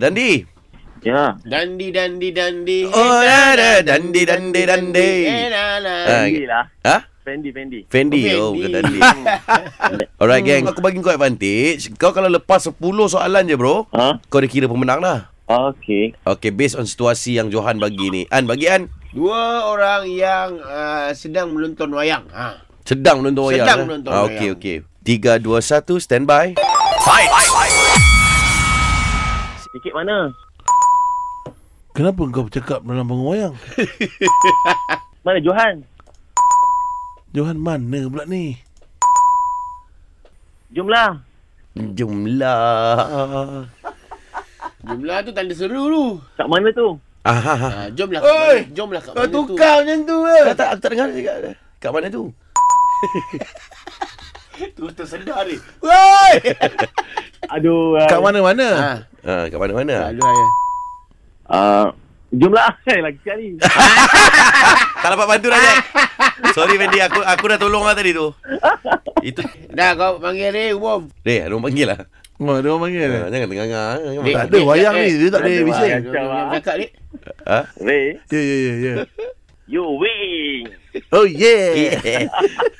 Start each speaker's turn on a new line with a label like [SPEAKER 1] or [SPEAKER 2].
[SPEAKER 1] Dandi.
[SPEAKER 2] Ya.
[SPEAKER 3] Dandi dandi dandi.
[SPEAKER 1] Oh, ya,
[SPEAKER 3] Eh, na,
[SPEAKER 1] ya,
[SPEAKER 3] na,
[SPEAKER 1] dandi, dandi, dandi.
[SPEAKER 3] Eh, na, na.
[SPEAKER 1] Ah,
[SPEAKER 2] Fendi lah.
[SPEAKER 1] Ha?
[SPEAKER 2] Fendi, Fendi.
[SPEAKER 1] Fendi.
[SPEAKER 3] Fendi.
[SPEAKER 1] Oh, bukan Dandi. Alright, gang. Aku bagi kau advantage. Kau kalau lepas 10 soalan je, bro.
[SPEAKER 2] Ha?
[SPEAKER 1] Kau dah kira pemenang dah.
[SPEAKER 2] Okay.
[SPEAKER 1] Okay, based on situasi yang Johan bagi ni. An, bagi An.
[SPEAKER 3] Dua orang yang uh, sedang menonton wayang. Ha.
[SPEAKER 1] Sedang menonton wayang.
[SPEAKER 3] Sedang
[SPEAKER 1] eh?
[SPEAKER 3] menonton
[SPEAKER 1] ah,
[SPEAKER 3] wayang.
[SPEAKER 1] Okay, okay. 3, 2, 1, stand by.
[SPEAKER 2] Tiket mana?
[SPEAKER 4] Kenapa kau bercakap dalam bangun wayang?
[SPEAKER 2] Mana Johan?
[SPEAKER 4] Johan mana pula ni?
[SPEAKER 2] Jomlah.
[SPEAKER 4] Ah.
[SPEAKER 1] Jumlah.
[SPEAKER 3] Jumlah tu tanda seru tu.
[SPEAKER 2] Kat mana tu?
[SPEAKER 1] Aha.
[SPEAKER 3] Ha, jomlah kat
[SPEAKER 4] Oi!
[SPEAKER 3] mana. Jomlah kat
[SPEAKER 4] Kau
[SPEAKER 3] mana tu.
[SPEAKER 4] tukar macam tu ke?
[SPEAKER 1] Tak, tak, aku tak dengar dia cakap. Kat mana tu?
[SPEAKER 3] Tu tersedar ni.
[SPEAKER 4] Woi!
[SPEAKER 2] Aduh.
[SPEAKER 4] Kat mana-mana?
[SPEAKER 3] Ha.
[SPEAKER 1] Ha, kat mana-mana?
[SPEAKER 3] Lalu ayah.
[SPEAKER 2] Uh, jomlah. Eh, lagi sekali.
[SPEAKER 1] Tak dapat bantu dah, Jack. Sorry, Fendi. Aku aku dah tolong lah tadi tu. Itu.
[SPEAKER 3] Dah kau panggil dia umum.
[SPEAKER 1] Deh, ada orang panggil lah.
[SPEAKER 4] Oh, dia orang panggil.
[SPEAKER 1] Ha, jangan tengah-tengah.
[SPEAKER 3] Dek,
[SPEAKER 4] Tak ada
[SPEAKER 3] dek,
[SPEAKER 4] wayang
[SPEAKER 3] dek,
[SPEAKER 4] ni, dia tak
[SPEAKER 2] tak
[SPEAKER 4] boleh
[SPEAKER 2] ada
[SPEAKER 4] bising.
[SPEAKER 2] wayang. Kacau, ah.
[SPEAKER 3] Jom cakap ni.
[SPEAKER 1] Ha?
[SPEAKER 2] Ray,
[SPEAKER 4] Ya, ya, ya, ya.
[SPEAKER 2] you win.
[SPEAKER 4] Oh, yeah.